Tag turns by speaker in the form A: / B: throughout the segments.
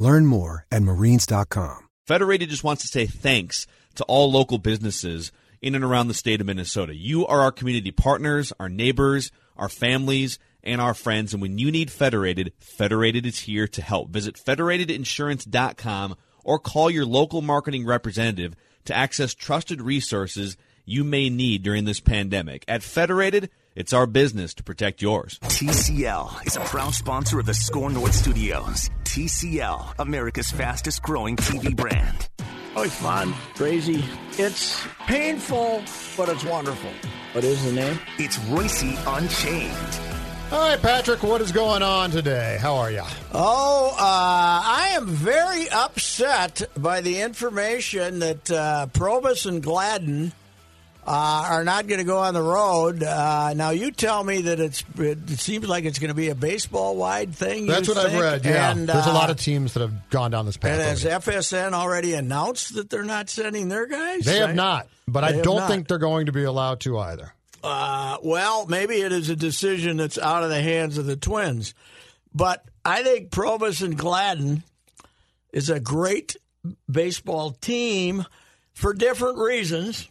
A: Learn more at marines.com.
B: Federated just wants to say thanks to all local businesses in and around the state of Minnesota. You are our community partners, our neighbors, our families, and our friends. And when you need Federated, Federated is here to help. Visit federatedinsurance.com or call your local marketing representative to access trusted resources you may need during this pandemic. At Federated, it's our business to protect yours.
C: TCL is a proud sponsor of the Score North Studios. TCL, America's fastest growing TV brand.
D: Oh, it's fun, crazy. It's painful, but it's wonderful. What is the name?
C: It's Royce Unchained.
E: All right, Patrick, what is going on today? How are you?
D: Oh, uh, I am very upset by the information that uh, Probus and Gladden uh, are not going to go on the road. Uh, now, you tell me that it's it seems like it's going to be a baseball wide thing. you
E: That's what I've
D: think?
E: read. Yeah,
D: And,
E: there's a
D: uh,
E: lot of teams that have gone down this path.
D: And has
E: already.
D: FSN already announced that they're not sending their guys?
E: They
D: I-
E: have not, but
D: They
E: I
D: have
E: don't
D: not.
E: think they're going to be allowed to either.
D: Uh, well, maybe it is a decision that's out of the hands of the Twins, but I think Probus and Gladden is a great baseball team for different reasons.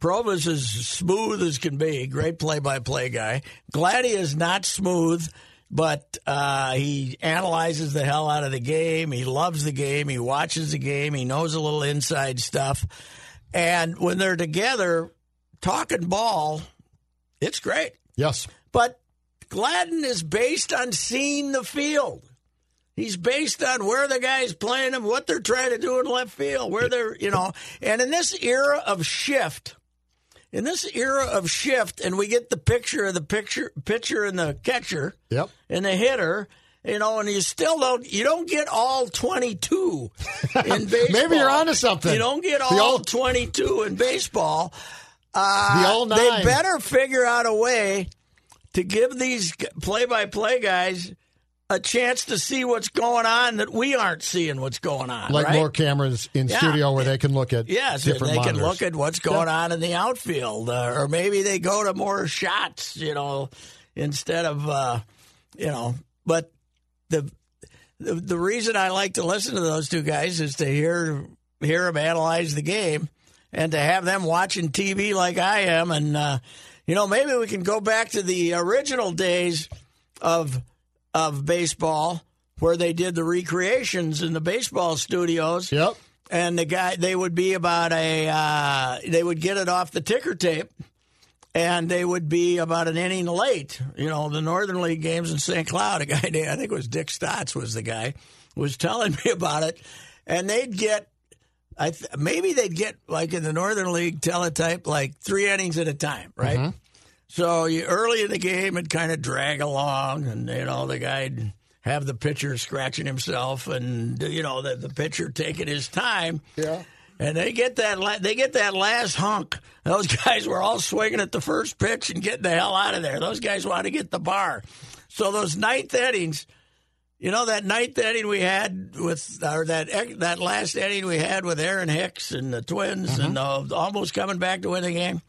D: Probus is smooth as can be, great play-by-play guy. Gladdy is not smooth, but uh, he analyzes the hell out of the game. He loves the game. He watches the game. He knows a little inside stuff. And when they're together talking ball, it's great.
E: Yes,
D: But Gladden is based on seeing the field. He's based on where the guy's playing him, what they're trying to do in left field, where they're, you know. And in this era of shift, in this era of shift, and we get the picture of the picture pitcher and the catcher
E: Yep.
D: and the hitter, you know, and you still don't you don't get all twenty two in baseball.
E: Maybe you're onto something.
D: You don't get
E: The
D: all
E: all-
D: twenty two in baseball.
E: the all nine.
D: Uh, They better figure out a way to give these play-by-play guys a chance to see what's going on that we aren't seeing what's going on.
E: like
D: right?
E: more cameras in
D: Yeah.
E: studio where they can look at
D: Yes, if
E: different
D: they can
E: monitors.
D: look at what's going on in the outfield, uh, or maybe they go to more shots, you know, instead of, uh, you know. But the, the the reason I like to listen to those two guys is to hear hear them analyze the game, and to have them watching TV like I am, and uh, you know, maybe we can go back to the original days of of baseball where they did the recreations in the baseball studios
E: Yep.
D: and the guy they would be about a uh, they would get it off the ticker tape and they would be about an inning late you know the northern league games in st cloud a guy i think it was dick stotts was the guy was telling me about it and they'd get I th- maybe they'd get like in the northern league teletype like three innings at a time right so you, early in the game, it kind of drag along, and you know the guy'd have the pitcher scratching himself, and you know the, the pitcher taking his time. Yeah. And they get that la- they get that last hunk. Those guys were all swinging at the first pitch and getting the hell out of there. Those guys want to get the bar. So those ninth innings, you know that ninth inning we had with, or that ec- that last inning we had with Aaron Hicks and the Twins, and
E: Uh-huh.
D: uh, almost coming back to win the game.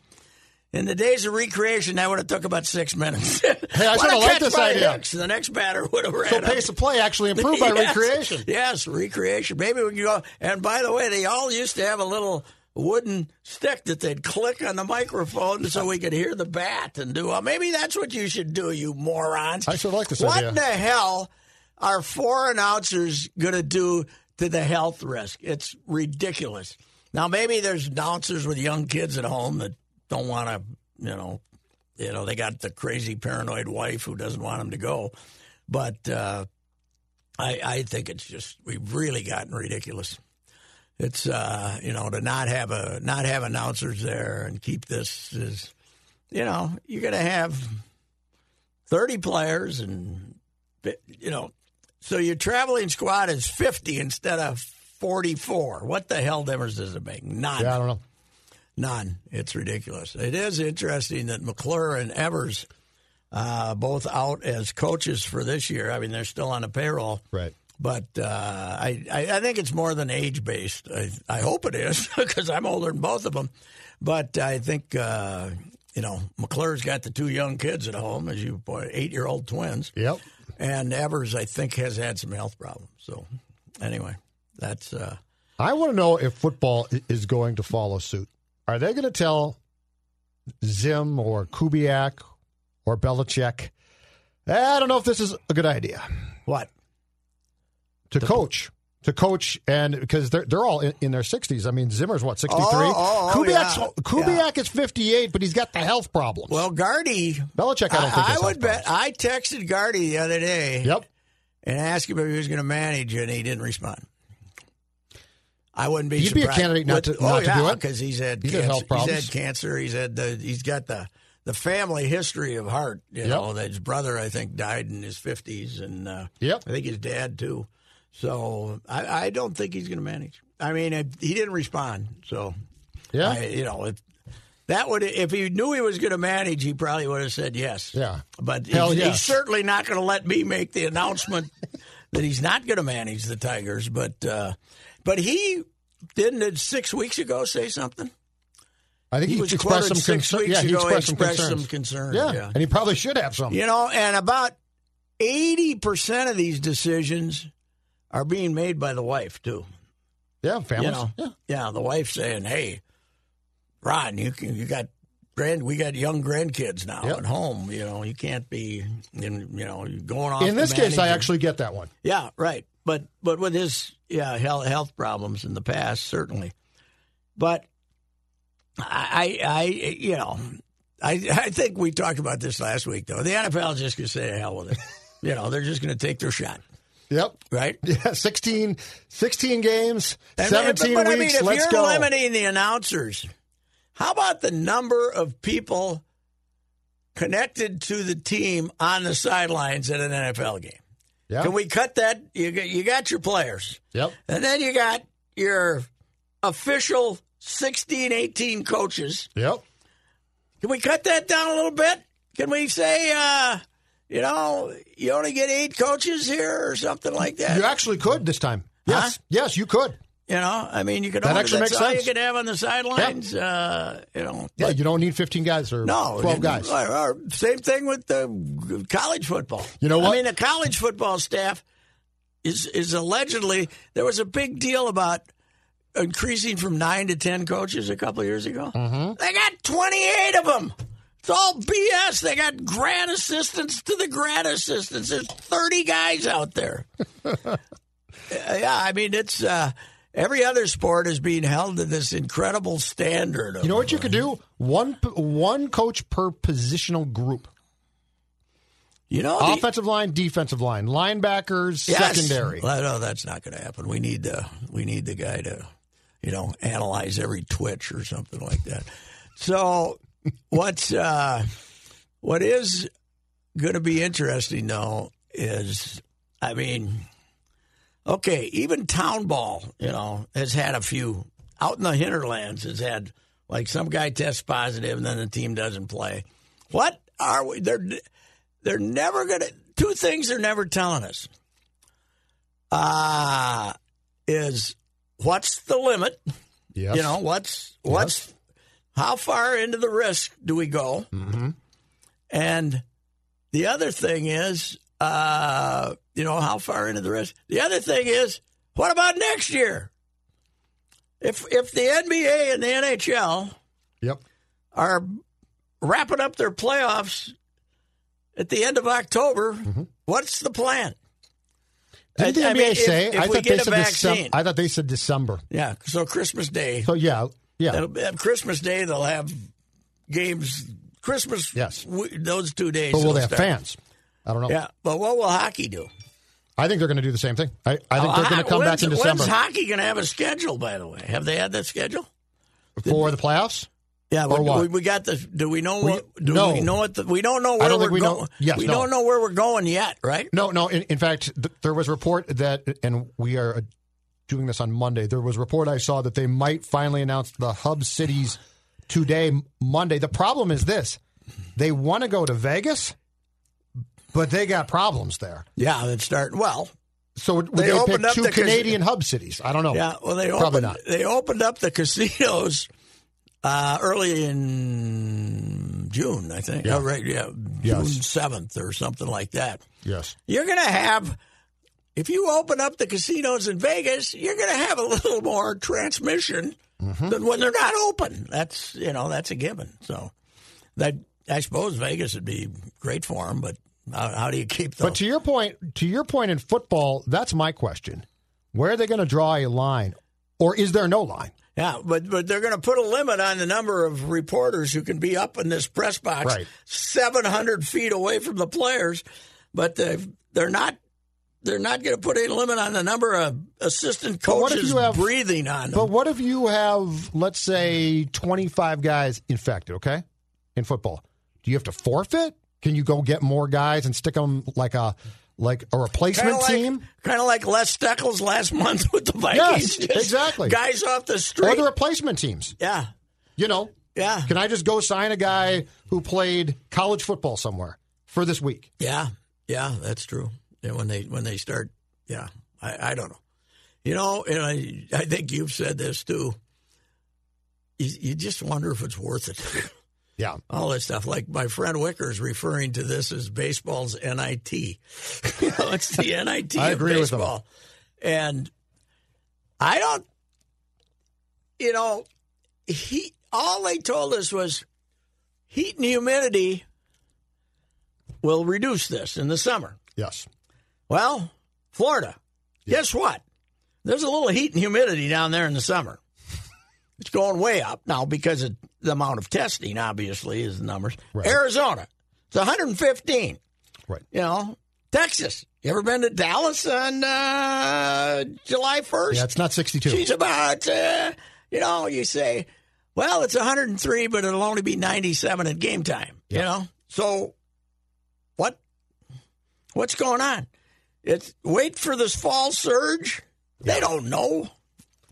D: In the days of recreation, that would have took about six minutes. hey,
E: I sorta like this idea.
D: Hicks, and the next batter would have ran.
E: So
D: up.
E: pace of play actually improved by
D: Yes.
E: recreation.
D: Yes, recreation. Maybe we can go. And by the way, they all used to have a little wooden stick that they'd click on the microphone so we could hear the bat and do. Well, maybe that's what you should do, you morons.
E: I sure like this
D: What
E: idea.
D: the hell are four announcers going to do to the health risk. It's ridiculous. Now maybe there's bouncers with young kids at home that don't want to, you know, you know they got the crazy paranoid wife who doesn't want them to go, but uh, I, I think it's just we've really gotten ridiculous. It's uh, you know to not have a not have announcers there and keep this is, you know, you're gonna have thirty players and you know so your traveling squad is 50 instead of 44. What the hell difference does it make? None.
E: Yeah, I don't know.
D: None. It's ridiculous. It is interesting that McClure and Evers, uh, both out as coaches for this year. I mean, they're still on the payroll.
E: Right.
D: But uh, I, I, I think it's more than age based. I, I hope it is because I'm older than both of them. But I think, uh, you know, McClure's got the two young kids at home, as you point, eight year old twins.
E: Yep.
D: And Evers, I think, has had some health problems. So, anyway, that's uh,
E: I want to know if football i- is going to follow suit. Are they going to tell Zim or Kubiak or Belichick? "Eh, I don't know if this is a good idea
D: what?
E: to coach. To coach, and because they're they're all in, in their sixties. I mean, Zimmer's what sixty three.
D: Oh, oh, oh,
E: Kubiak's,
D: yeah.
E: Kubiak is fifty eight, but he's got the health problems.
D: Well, Gardy,
E: Belichick, I don't think
D: I,
E: has
D: I would
E: health
D: bet.
E: problems.
D: I texted Gardy the other day
E: Yep.
D: and asked him if he was going to manage, and he didn't respond. I wouldn't be.
E: He'd be a
D: surprised.
E: candidate not to-
D: But-
E: not
D: oh,
E: to
D: yeah,
E: do it.
D: because he's had
E: He's had
D: cancer.
E: health
D: He's
E: problems.
D: had cancer. He's had the. He's got the the family history of heart. You
E: Yep.
D: know, that his brother I think died in his fifties, and uh,
E: Yep.
D: I think his dad too. So I, I don't think he's going to manage. I mean, it, he didn't respond. So
E: Yeah.
D: I, you know, if that would if he knew he was going to manage, he probably would have said yes.
E: Yeah.
D: but
E: Hell
D: he's, he's
E: yes.
D: certainly not going to let me make the announcement that he's not going to manage the Tigers. But uh, but he didn't it six weeks ago say something.
E: I think
D: He
E: he,
D: was
E: expressed some
D: quoted six
E: concern.
D: weeks
E: Yeah, he
D: ago,
E: expressed,
D: expressed
E: some concerns.
D: some concern,
E: Yeah.
D: yeah.
E: and he probably should have some.
D: You know, and about eighty percent of these decisions are being made by the wife too.
E: Yeah, families.
D: You know,
E: yeah.
D: yeah, the wife saying, "Hey, Ron, you can, you got grand, we got young grandkids now
E: Yep.
D: at home. You know, you can't be, in, you know, you're going off."
E: In
D: to
E: this case, I
D: manager."
E: actually get that one.
D: yeah, right. But but with his yeah health health problems in the past, certainly. But I I, I you know I I think we talked about this last week though. The NFL is just going to say to hell with it. you know, they're just going to take their shot,
E: Yep.
D: right?
E: Yeah, 16, 16 games,
D: And-
E: 17
D: but, but
E: weeks.
D: I mean, if
E: let's
D: you're
E: go.
D: limiting the announcers, how about the number of people connected to the team on the sidelines at an NFL game?
E: Yeah.
D: Can we cut that? You got, you got your players,
E: Yep.
D: and then you got your official 16, 18 coaches.
E: Yep.
D: Can we cut that down a little bit? Can we say, uh, you know, you only get eight coaches here or something like that?
E: You actually could this time. Yes.
D: Huh?
E: Yes, you could.
D: You know, I mean, you could
E: That
D: only,
E: actually
D: that's
E: makes
D: all
E: sense.
D: you could have on the sidelines. Uh, you know,
E: Yeah,
D: but
E: you don't need 15 guys or
D: no,
E: 12
D: and-
E: guys.
D: or- or same thing with the college football.
E: You know
D: I
E: what?
D: mean, the college football staff is is allegedly there was a big deal about increasing from nine to ten coaches a couple of years ago.
E: Mm-hmm.
D: They got twenty eight of them. It's all BS. They got grad assistants to the grad assistants. There's thirty guys out there. Uh, Yeah, I mean it's uh, every other sport is being held to this incredible standard. Of,
E: You know what you could do? One p- one coach per positional group.
D: You know, Oh, the-
E: Offensive line, defensive line, linebackers,
D: yes.
E: secondary.
D: Well, no, that's not going to happen. We need the we need the guy to, you know, analyze every twitch or something like that. So, what's uh, what is going to be interesting though is, I mean, okay, even town ball, you know, has had a few out in the hinterlands has had like some guy tests positive and then the team doesn't play. What are we? They're they're never gonna. Two things they're never telling us uh, is what's the limit?
E: Yes.
D: You know, what's what's how far into the risk do we go? Mm-hmm. And the other thing is, uh, you know, how far into the risk? The other thing is, what about next year? If if the NBA and the NHL
E: Yep.
D: are wrapping up their
E: Mm-hmm.
D: playoffs at the end of October, what's the plan?
E: Didn't the
D: I- I
E: NBA
D: mean, if-
E: say?
D: if
E: I
D: we
E: thought
D: get
E: they
D: a
E: said
D: vaccine.
E: December. I thought they said December.
D: Yeah, so Christmas Day.
E: So yeah, yeah.
D: It'll be, Christmas Day they'll have games. Christmas,
E: Yes.
D: w- those two days.
E: but will
D: it'll
E: they have
D: start.
E: fans? I don't know.
D: Yeah, but what will hockey do?
E: I think they're going to do the same thing. I, I
D: Oh,
E: think they're going to come
D: When's-
E: back in
D: When's
E: December
D: hockey going to have a schedule? By the way, have they had that schedule?
E: for the playoffs.
D: Yeah,
E: Or
D: we,
E: what?
D: We, we got the. Do we know?
E: We-
D: what, do
E: no.
D: we know what? The, we don't know where
E: I don't
D: we're
E: think we know-
D: going.
E: yes,
D: we
E: no.
D: don't know where we're going yet, right?
E: No, no. In, in fact, th- there was a report that, and we are uh, doing this on Monday. There was a report I saw that they might finally announce the hub cities today, M- Monday. The problem is this: they want to go to Vegas, but they got problems there.
D: Yeah, that's starting. Well,
E: So would
D: They
E: they,
D: opened
E: pick
D: up
E: two
D: the cas-
E: Canadian hub cities? I don't know.
D: yeah. Well, they
E: Oh, probably
D: opened,
E: not.
D: They opened up the casinos uh, early in June, I think.
E: Yeah.
D: Oh, right. Yeah, June
E: Yes.
D: seventh or something like that.
E: Yes.
D: You're going to have. If you open up the casinos in Vegas, you're going to have a little more transmission
E: Mm-hmm.
D: than when they're not open. That's you know that's a given. So that I suppose Vegas would be great for them, but how, how do you keep those?
E: But to your point, to your point in football, that's my question: where are they going to draw a line, or is there no line?
D: Yeah, but but they're going to put a limit on the number of reporters who can be up in this press box,
E: Right.
D: seven hundred feet away from the players. But they've- they're not they're not going to put any limit on the number of assistant
E: But what if
D: coaches
E: you have-
D: breathing on
E: But
D: them.
E: what if you have, let's say, 25 guys infected, okay, in football? Do you have to forfeit? Can you go get more guys and stick them like a like a
D: Kind
E: replacement
D: of like,
E: team?
D: kind of like Les Steckles last month with the Vikings.
E: Yes,
D: Just
E: exactly.
D: Guys off the
E: Or
D: street.
E: the replacement teams?
D: yeah,
E: You know,
D: yeah,
E: can I just go sign a guy who played college football somewhere for this week?
D: yeah, yeah. That's true. And when they when they start, yeah, I, I don't know. You know, and I I think you've said this too. You, you just wonder if it's worth it.
E: Yeah.
D: All this stuff, like my friend Wicker is referring to this as baseball's NIT. you know, it's the NIT
E: I
D: of
E: agree with him.
D: baseball, and I don't. You know, he all they told us was heat and humidity will reduce this in the summer.
E: Yes.
D: Well, Florida, guess what? There's a little heat and humidity down there in the summer. It's going way up now because of the amount of testing, obviously, is the numbers.
E: Right.
D: Arizona, it's 115.
E: Right.
D: You know, Texas. You ever been to Dallas on uh, July 1st?
E: Yeah, it's not 62.
D: She's about, uh, you know, you say, well, it's 103, but it'll only be 97 at game time. You
E: Yeah.
D: know, so what? What's going on? It's wait for this fall surge. They don't know.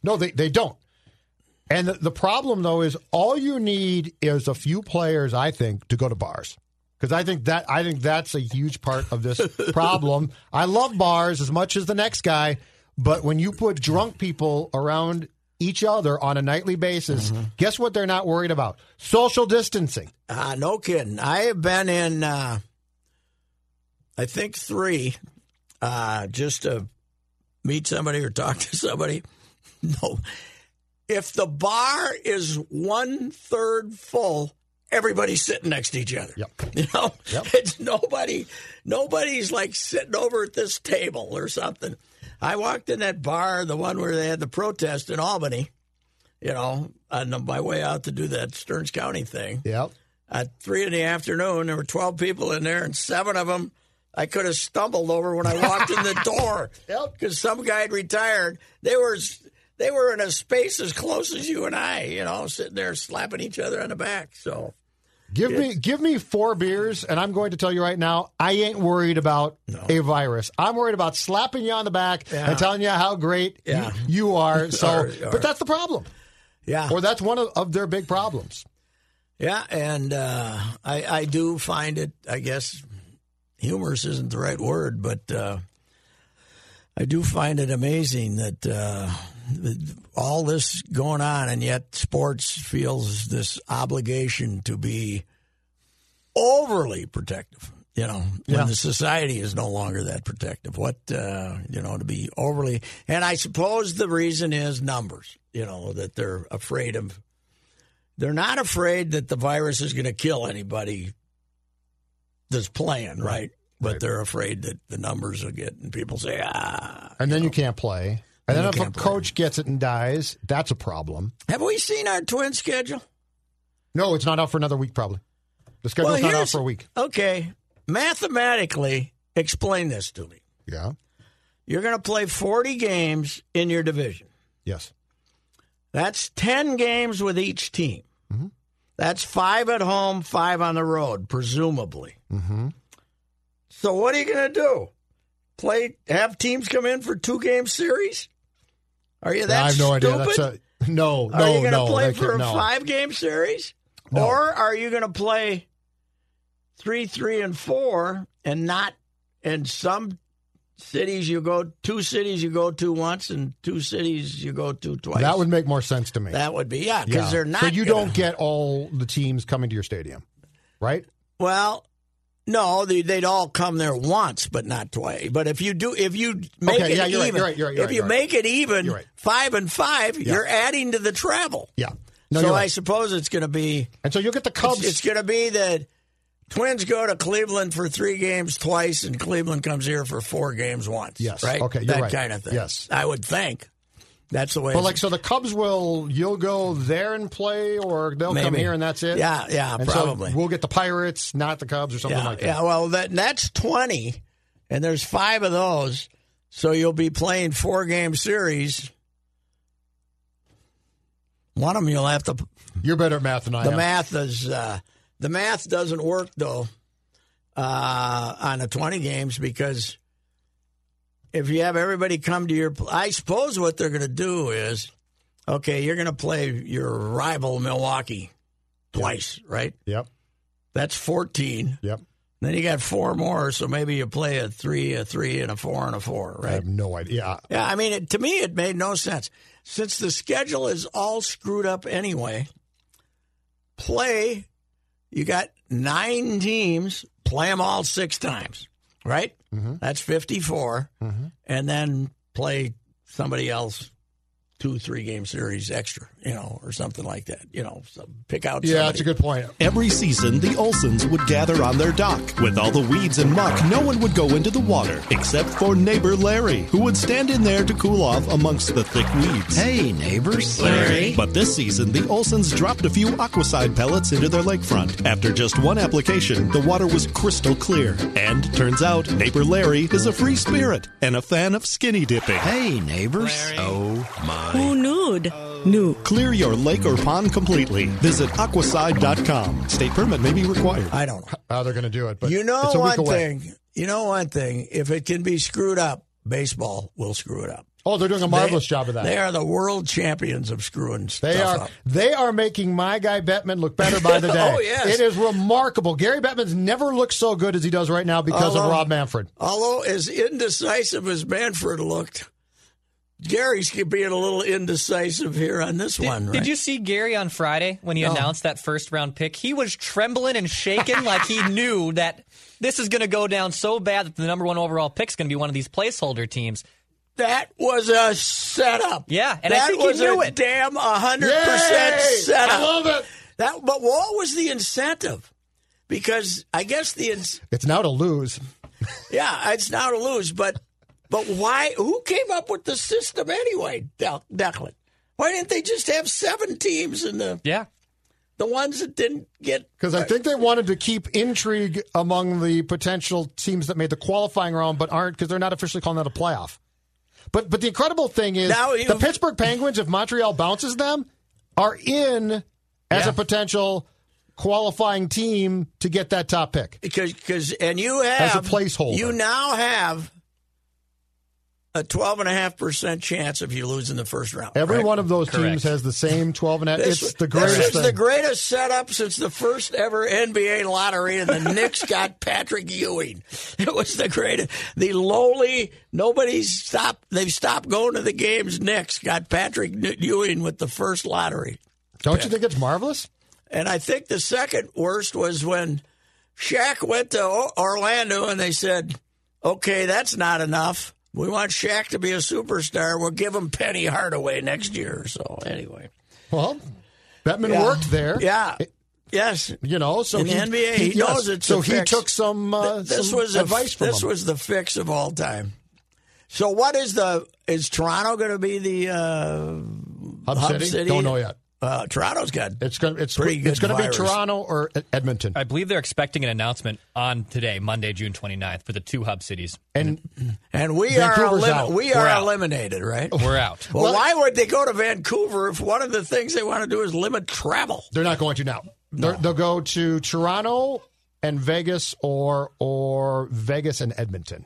E: No, they, they don't. And the, the problem, though, is all you need is a few players, I think, to go to bars. Because I think that I think that's a huge part of this problem. I love bars as much as the next guy, but when you put drunk people around each other on a nightly basis, guess what they're not worried about? Social distancing.
D: Uh, no kidding. I have been in, uh, I think three, uh, just to meet somebody or talk to somebody. No, if the bar is one third full, everybody's sitting next to each other.
E: Yep.
D: You know,
E: Yep.
D: it's nobody. Nobody's like sitting over at this table or something. I walked in that bar, the one where they had the protest in Albany. You know, on my way out to do that Stearns County thing
E: Yep.
D: at three in the afternoon. There were twelve people in there, and seven of them I could have stumbled over when I walked in the door.
E: Yep.
D: because some guy had retired. They were they were in a space as close as you and I, you know, sitting there slapping each other on the back. So
E: Give me give me four beers, and I'm going to tell you right now, I ain't worried about a virus. I'm worried about slapping you on the back
D: Yeah.
E: and telling you how great you-
D: Yeah.
E: you, are. So,
D: Or- or-
E: but that's the problem,
D: yeah,
E: or that's one of, of their big problems.
D: yeah, and uh, I I do find it. I guess humorous isn't the right word, but. Uh, I do find it amazing that uh, th- all this going on, and yet sports feels this obligation to be overly protective. You know,
E: Yeah.
D: when the society is no longer that protective, what uh, you know to be overly, and I suppose the reason is numbers. You know that they're afraid of. They're not afraid that the virus is going to kill anybody that's playing, right? but they're afraid that the numbers will get and people say ah.
E: and then you can't play. And
D: Then
E: then
D: you
E: if a
D: can't play.
E: coach gets it and dies, that's a problem.
D: Have we seen our twin schedule?
E: No, it's not out for another week. Probably the schedule's not out
D: here's-
E: for a week.
D: Okay, mathematically, explain this to me.
E: Yeah.
D: You're going to play 40 games in your division.
E: Yes.
D: That's 10 games with each team.
E: Mm-hmm.
D: That's five at home, five on the road, presumably.
E: Mm-hmm.
D: So what are you going to do? Play? Have teams come in for two game series? Are you that
E: I have no
D: stupid?
E: idea. That's a no,
D: are you
E: no,
D: going to
E: no.
D: play
E: that
D: for a
E: can't- no.
D: five game series,
E: No.
D: or are you going to play three, three, and four, and not? And some cities you go two cities you go to once, and two cities you go to twice.
E: That would make more sense to me.
D: that would be yeah, because
E: Yeah.
D: they're not.
E: So you
D: gonna-
E: don't get all the teams coming to your stadium, right?
D: Well, no, they, they'd all come there once, but not twice. But if you do, if you make
E: Okay,
D: it
E: yeah, you're right,
D: even,
E: you're right, you're right, you're
D: if
E: right,
D: you
E: you're
D: make it even
E: You're right.
D: five and five, you're adding to the travel.
E: Yeah. No,
D: so
E: you're
D: I
E: right.
D: suppose it's going to be
E: and so you'll get the Cubs.
D: it's, it's going to be that Twins go to Cleveland for three games twice, and Cleveland comes here for four games once.
E: Yes.
D: right.
E: Okay, you're
D: that
E: right.
D: kind of thing.
E: Yes.
D: I would think that's the way.
E: but
D: it's-
E: like, so the Cubs will you'll go there and play, or they'll come
D: Maybe.
E: here and that's it.
D: Yeah, yeah,
E: And
D: probably.
E: So we'll get the Pirates, not the Cubs, or something
D: yeah,
E: like that.
D: Yeah, well, that that's 20, and there's five of those. So you'll be playing four game series. One of them you'll have to.
E: You're better at math than I
D: The
E: am.
D: math is uh, the math doesn't work though uh, on the 20 games because if you have everybody come to your, I suppose what they're going to do is, okay, you're going to play your rival Milwaukee twice, right?
E: Yep.
D: That's 14.
E: Yep.
D: Then you got four more, so maybe you play a three, a three, and a four, and a four,
E: I
D: right?
E: have no idea. Yeah.
D: Yeah, I mean, it, to me, it made no sense. Since the schedule is all screwed up anyway, play, you got nine teams, play them all six times, right?
E: Mm-hmm.
D: That's 54. And then play somebody else two, three game series extra, you know, or something like that, you know, so pick out
E: Yeah,
D: somebody.
E: that's a good point.
F: Every season, the Olsons would gather on their dock. With all the weeds and muck, no one would go into the water, except for neighbor Larry, who would stand in there to cool off amongst the thick weeds.
G: Hey, neighbors. Larry.
F: But this season, the Olsons dropped a few Aquaside pellets into their lakefront. After just one application, the water was crystal clear. And turns out, neighbor Larry is a free spirit and a fan of skinny dipping.
G: Hey, neighbors. Oh, my.
H: nude? Nude.
F: Clear your lake or pond completely. Visit aquaside.com. State permit may be required.
D: I don't know.
E: How they're going to do it, but
D: you know
E: it's a week
D: one
E: away.
D: thing. You know one thing. If it can be screwed up, baseball will screw it up.
E: Oh, they're doing a marvelous job of that.
D: They are the world champions of screwing stuff
E: They are
D: up.
E: they are making my guy Bettman look better by the day.
D: Oh, yes.
E: It is remarkable. Gary Bettman's never looked so good as he does right now because
D: Although-
E: of Rob Manfred.
D: Although as indecisive as Manford looked, Gary's being a little indecisive here on this one.
I: Did
D: right?
I: you see Gary on Friday when he announced that first round pick? He was trembling and shaking like he knew that this is going to go down so bad that the number one overall pick is going to be one of these placeholder teams.
D: That was a setup.
I: Yeah, and I
D: that
I: think he
D: was
I: knew
D: a
I: it.
D: damn hundred
E: Yay!
D: percent setup.
E: I love it.
D: That, but what was the incentive? Because I guess the ins-
E: It's now to lose.
D: Yeah, it's now to lose, but but why? Who came up with the system anyway, Del- Declan? Why didn't they just have seven teams and the
I: Yeah.
D: the ones that didn't get?
E: Because I think they wanted to keep intrigue among the potential teams that made the qualifying round, but aren't because they're not officially calling that a playoff. But but the incredible thing is
D: Now you-
E: the Pittsburgh Penguins, if Montreal bounces them, are in as a potential qualifying team to get that top pick.
D: Because because and you have
E: As a placeholder.
D: You now have a twelve and a half percent chance if you lose in the first round.
E: Every
D: right?
E: one of those
I: Correct.
E: teams has the same twelve and a half.
D: This-
E: It's the greatest
D: This is
E: thing.
D: the greatest setup since the first ever NBA lottery, and the Knicks got Patrick Ewing. It was the greatest. The lowly, nobody's stopped. They've stopped going to the games. Knicks got Patrick Ewing with the first lottery,
E: Don't you think it's marvelous?
D: and I think the second worst was when Shaq went to O- Orlando, and they said, "Okay, that's not enough." We want Shaq to be a superstar. We'll give him Penny Hardaway next year. So anyway,
E: Well, Bettman
D: Yeah.
E: worked there.
D: Yeah.
E: It-
D: Yes.
E: You know, so
D: In
E: he,
D: the NBA, he
E: yes.
D: knows it's
E: So
D: a
E: he
D: fix.
E: took some, uh,
D: Th- this
E: some
D: was
E: advice
D: the,
E: from
D: This
E: him.
D: was the fix of all time. So what is the is Toronto going to be the uh,
E: Hub
D: Hub
E: City?
D: City?
E: Don't know yet.
D: uh, Toronto's got
E: It's gonna it's
D: Pretty good
E: it's gonna be
D: virus. Uh,
E: Toronto or Ed- Edmonton.
I: I believe they're expecting an announcement on today, Monday, June 29th, for the two hub cities.
E: and
D: and we
E: Vancouver's
D: are
E: out.
D: elimi- we
I: We're
D: are
I: out.
D: eliminated, right?
I: We're out.
D: Well, why would they go to Vancouver if one of the things they want to do is limit travel?
E: they're not going to now. They're- They'll go to Toronto and Vegas or or Vegas and Edmonton.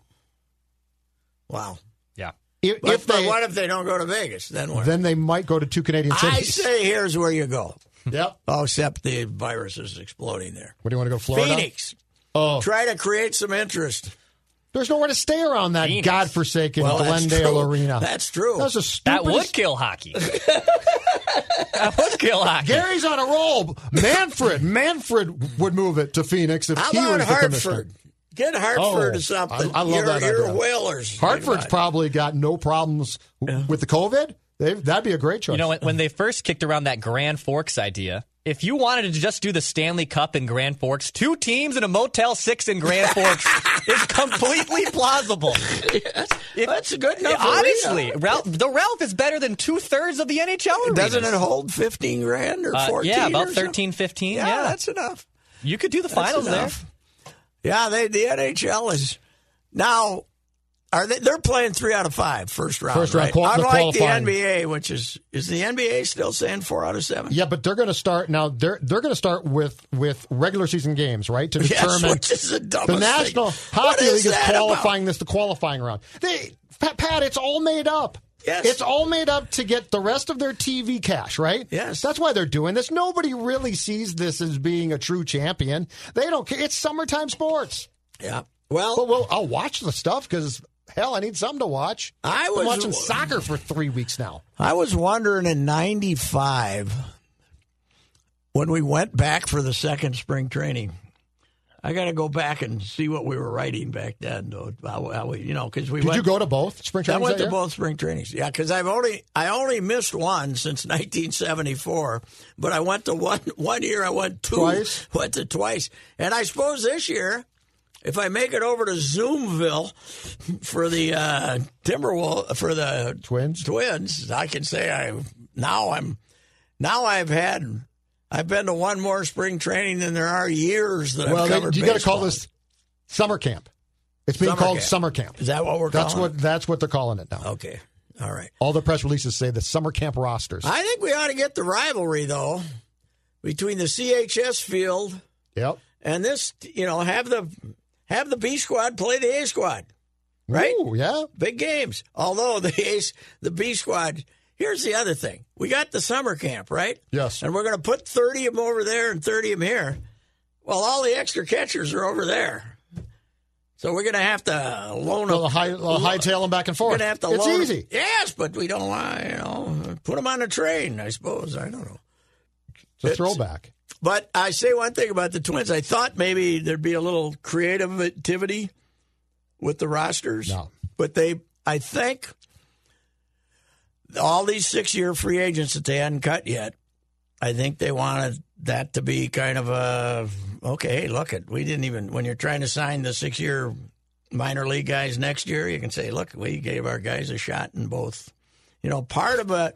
D: Wow.
I: Yeah.
E: If,
D: But,
E: if they
D: but what if they don't go to Vegas? Then what?
E: then they might go to two Canadian cities.
D: I say here's where you go.
E: Yep.
D: Oh, except the virus is exploding there.
E: What do you want to go Florida?
D: Phoenix.
E: Oh,
D: Try to create some interest.
E: there's nowhere to stay around that
I: Phoenix.
E: godforsaken
D: Well, that's
E: Glendale
D: true.
E: arena.
D: That's true.
E: That's a
I: That
E: stupid.
I: would kill hockey. that would kill hockey.
E: Gary's on a roll. Manfred, Manfred would move it to Phoenix if
D: How
E: he
D: about
E: was the commissioner.
D: Hartford? Get Hartford
E: Oh,
D: to something.
E: I- I love
D: you're,
E: that
D: You're
E: idea.
D: whalers.
E: Hartford's probably got no problems w- with the COVID. they that'd be a great choice.
I: You know, when- when they first kicked around that Grand Forks idea, if you wanted to just do the Stanley Cup in Grand Forks, two teams in a Motel 6 in Grand Forks is completely plausible.
D: That's a good enough.
I: Honestly,
D: arena.
I: Ralph, the Ralph is better than two thirds of the NHL arenas.
D: doesn't it hold fifteen grand or
I: Uh,
D: fourteen?
I: yeah, about
D: or something?
I: 13, 15.
D: Yeah,
I: Yeah,
D: that's enough.
I: you could do the finals there.
D: enough. Yeah, they the NHL is now. Are they? They're playing three out of five first round.
E: First round
D: right?
E: qual- the
D: Unlike the
E: qualifying.
D: NBA, which is is the NBA still saying four out of seven?
E: yeah, but they're going to start now. They're they're going to start with with regular season games, right? To
D: Yes,
E: determine
D: which is the dumbest
E: the
D: thing.
E: National
D: What
E: Hockey League is
D: that about?
E: qualifying this the qualifying round. They Pat, Pat, it's all made up.
D: Yes.
E: It's all made up to get the rest of their TV cash, right?
D: Yes.
E: That's why they're doing this. Nobody really sees this as being a true champion. They don't care. It's summertime sports.
D: Yeah. Well,
E: Well, well I'll watch the stuff because hell, I need something to watch.
D: I
E: I've
D: was
E: been watching soccer for three weeks now.
D: I was wondering in '95 when we went back for the second spring training. I got to go back and see what we were writing back then, though. How, how we, you know, because we
E: Did
D: went,
E: you go to both spring
D: I
E: trainings?
D: went
E: that
D: to
E: year?
D: both spring trainings. Yeah, because I've only I only missed one since 1974, but I went to one one year. I went two,
E: Twice?
D: went to twice, and I suppose this year, if I make it over to Zoomville for the uh, Timberwolf for the
E: Twins?
D: twins, I can say I now I'm now I've had. I've been to one more spring training than there are years that
E: Well,
D: I've
E: they-
D: covered.
E: you got to call
D: baseball.
E: this summer camp. It's being
D: Summer
E: called
D: camp.
E: summer camp.
D: Is that what we're
E: That's
D: calling
E: what that's what they're calling it now.
D: it? Okay, all right.
E: All the press releases say the summer camp rosters.
D: I think we ought to get the rivalry though between the CHS field
E: yep.
D: and this. You know, have the have the B squad play the A squad. Right?
E: Ooh, yeah.
D: Big games. Although the A's, the B squad. Here's the other thing: we got the summer camp, right?
E: Yes.
D: And we're going to put thirty of them over there and thirty of them here. Well, all the extra catchers are over there, so we're going to have to loan
E: So
D: them.
E: the high, uh, high tail them back and
D: We're
E: forth.
D: gonna have to
E: it's
D: load 'em.
E: easy.
D: Yes, but we don't want you know put them on the train. I suppose I don't know.
E: It's a throwback.
D: But I say one thing about the Twins. I thought maybe there'd be a little creative activity with the rosters.
E: No.
D: But they, I think, all these six-year free agents that they hadn't cut yet, I think they wanted that to be kind of a okay. Hey, look at we didn't even when you're trying to sign the six-year minor league guys next year, you can say, look, we gave our guys a shot in both. You know, part of a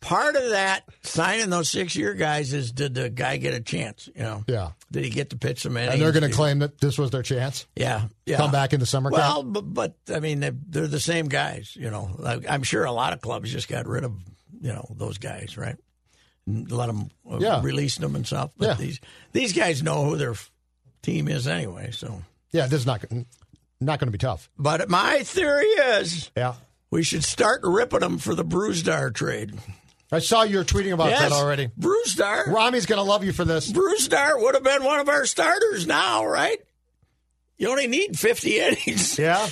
D: part of that signing those six year guys is did the guy get a chance? You know,
E: Yeah.
D: did he get to pitch some innings?
E: And they're going
D: to
E: to claim that this was their chance.
D: yeah, yeah.
E: Come back in the summer
D: Well,
E: camp.
D: but, but I mean, they're, they're the same guys. You know, like, I'm sure a lot of clubs just got rid of you know those guys, right? And Let them uh,
E: Yeah.
D: release them and stuff. But
E: Yeah.
D: these these guys know who their f- team is anyway. So,
E: Yeah, this is not not going to be tough.
D: but my theory is
E: Yeah.
D: we should start ripping them for the Bruzdar trade.
E: I saw you were tweeting about that already.
D: Bruzdar.
E: Rami's going to love you for this.
D: Bruce Dart would have been one of our starters now, right? You only need 50 innings.
E: Yeah.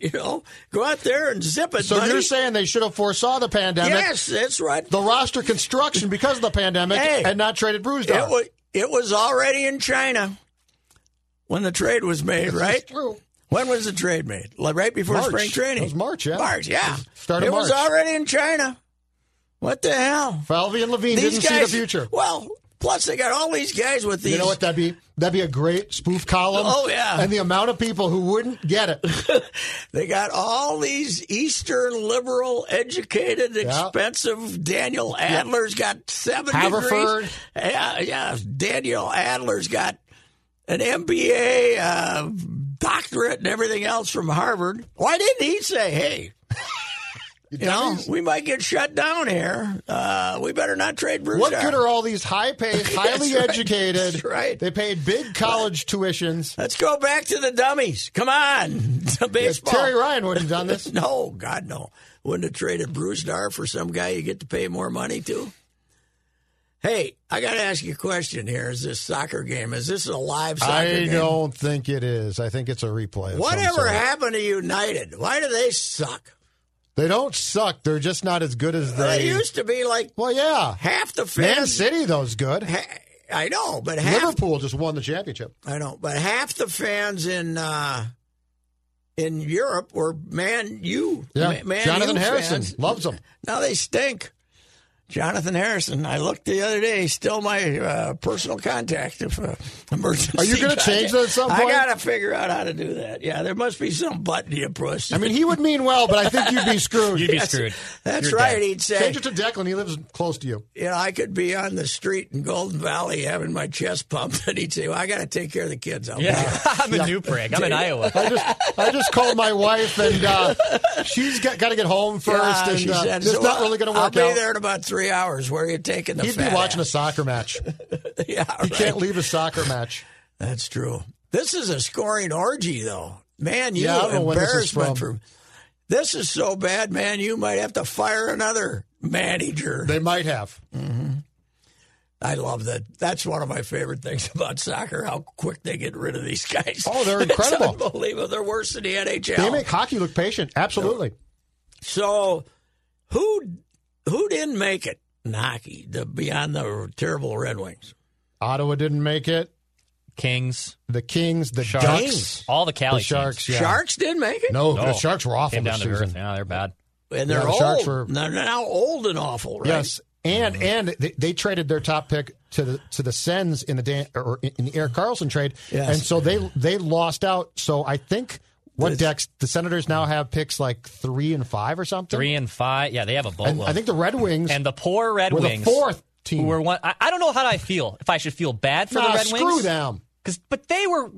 D: you know, go out there and zip it.
E: So
D: buddy.
E: you're saying they should have foresaw the pandemic,
D: yes, that's right.
E: the roster construction because of the pandemic,
D: Hey.
E: and not traded Bruised
D: It was, it was already in China when the trade was made, right?
E: True.
D: When was the trade made? Like right before
E: March.
D: spring training.
E: It was March, yeah.
D: March, yeah.
E: Start of
D: it was
E: March.
D: already in China. What the hell?
E: Falvey and Levine didn't see the future.
D: Well, Plus, they got all these guys with these.
E: You know what? That'd be that'd be a great spoof column.
D: Oh, yeah.
E: And the amount of people who wouldn't get it.
D: They got all these Eastern liberal, educated,
E: Yeah.
D: expensive. Daniel Adler's got seven
E: Haverford.
D: degrees. Yeah, yeah. Daniel Adler's got an MBA, uh, doctorate, and everything else from Harvard. Why didn't he say, "Hey"? You know, we might get shut down here. Uh, we better not trade Bruce.
E: What good are all these high paid, highly
D: That's right.
E: educated?
D: That's right.
E: They paid big college tuitions.
D: Let's go back to the dummies. Come on, to baseball.
E: Terry Ryan wouldn't have done this.
D: No, God, no. Wouldn't have traded Bruce Dar for some guy you get to pay more money to. Hey, I got to ask you a question here. Is this soccer game? Is this a live soccer
E: I
D: game?
E: don't think it is. I think it's a replay. of some
D: Whatever
E: sort.
D: happened to United? Why do they suck?
E: They don't suck. They're just not as good as
D: They,
E: they.
D: used to be like
E: well, yeah.
D: half the
E: Man
D: fans.
E: City, those good.
D: ha- I know, but half
E: Liverpool just won the championship.
D: I know, but half the fans in uh, in Europe were Man U.
E: Yeah,
D: Ma- Man
E: Jonathan
D: U
E: Harrison
D: fans.
E: loves them.
D: Now they stink. Jonathan Harrison. I looked the other day. Still my uh, personal contact if uh, emergency.
E: Are you
D: going
E: gonna
D: to
E: change that at some
D: I
E: point?
D: got to figure out how to do that. Yeah, there must be some button you push.
E: I mean, he would mean well, but I think you'd be screwed.
I: You'd be screwed.
D: that's
I: You're
D: right.
I: dead.
D: He'd say,
E: Change it to Declan. He lives close to you.
D: you know, I could be on the street in Golden Valley having my chest pumped, and he'd say, well, I got to take care of the kids. I'll be back."
I: Yeah, I'm a new prick. I'm in Iowa.
E: I just, I just called my wife, and uh, she's got, got to get home first,
D: Yeah,
E: and
D: she
E: uh,
D: said,
E: it's
D: "So
E: not really going to
D: I'll
E: work
D: be
E: out.
D: there in about three hours. Where are you taking the
E: He'd be
D: fat
E: watching a
D: ass?
E: soccer match.
D: Yeah,
E: He
D: right.
E: can't leave a soccer match.
D: That's true. This is a scoring orgy, though. Man, you
E: Yeah, I don't know when this is
D: embarrassment
E: from.
D: for. This is so bad, man. You might have to fire another manager.
E: They might have.
D: I love that. That's one of my favorite things about soccer: how quick they get rid of these guys.
E: Oh, they're
D: It's
E: incredible.
D: unbelievable. They're worse than the NHL.
E: They make hockey look patient. Absolutely.
D: So, who who didn't make it? in hockey, the beyond the terrible Red Wings.
E: Ottawa didn't make it.
I: Kings,
E: The Kings, the
I: Sharks,
E: Ducks,
I: all the
E: the
I: Cali
E: Sharks.
I: teams.
E: Yeah.
D: Sharks didn't make it.
E: No,
I: No.
E: the Sharks were awful
I: came
E: this
I: down to
E: season.
I: earth. Yeah, they're bad.
D: and they're
E: Yeah, the
D: old.
E: Sharks were-
D: they're now old and awful, right?
E: Yes, and
I: Mm-hmm.
E: and they, they traded their top pick to the to the Sens in the Dan, or in the Eric Carlson trade,
D: Yes.
E: and so they they lost out. So I think what Dex the Senators now have picks like three and five or something.
I: Three and five. Yeah, they have a
E: and
I: boatload.
E: I think the Red Wings
I: and the poor Red
E: were
I: Wings.
E: the fourth team.
I: Who were one? I, I don't know how I feel. If I should feel bad for
E: nah,
I: the Red
E: screw
I: Wings,
E: them.
I: Because, but they were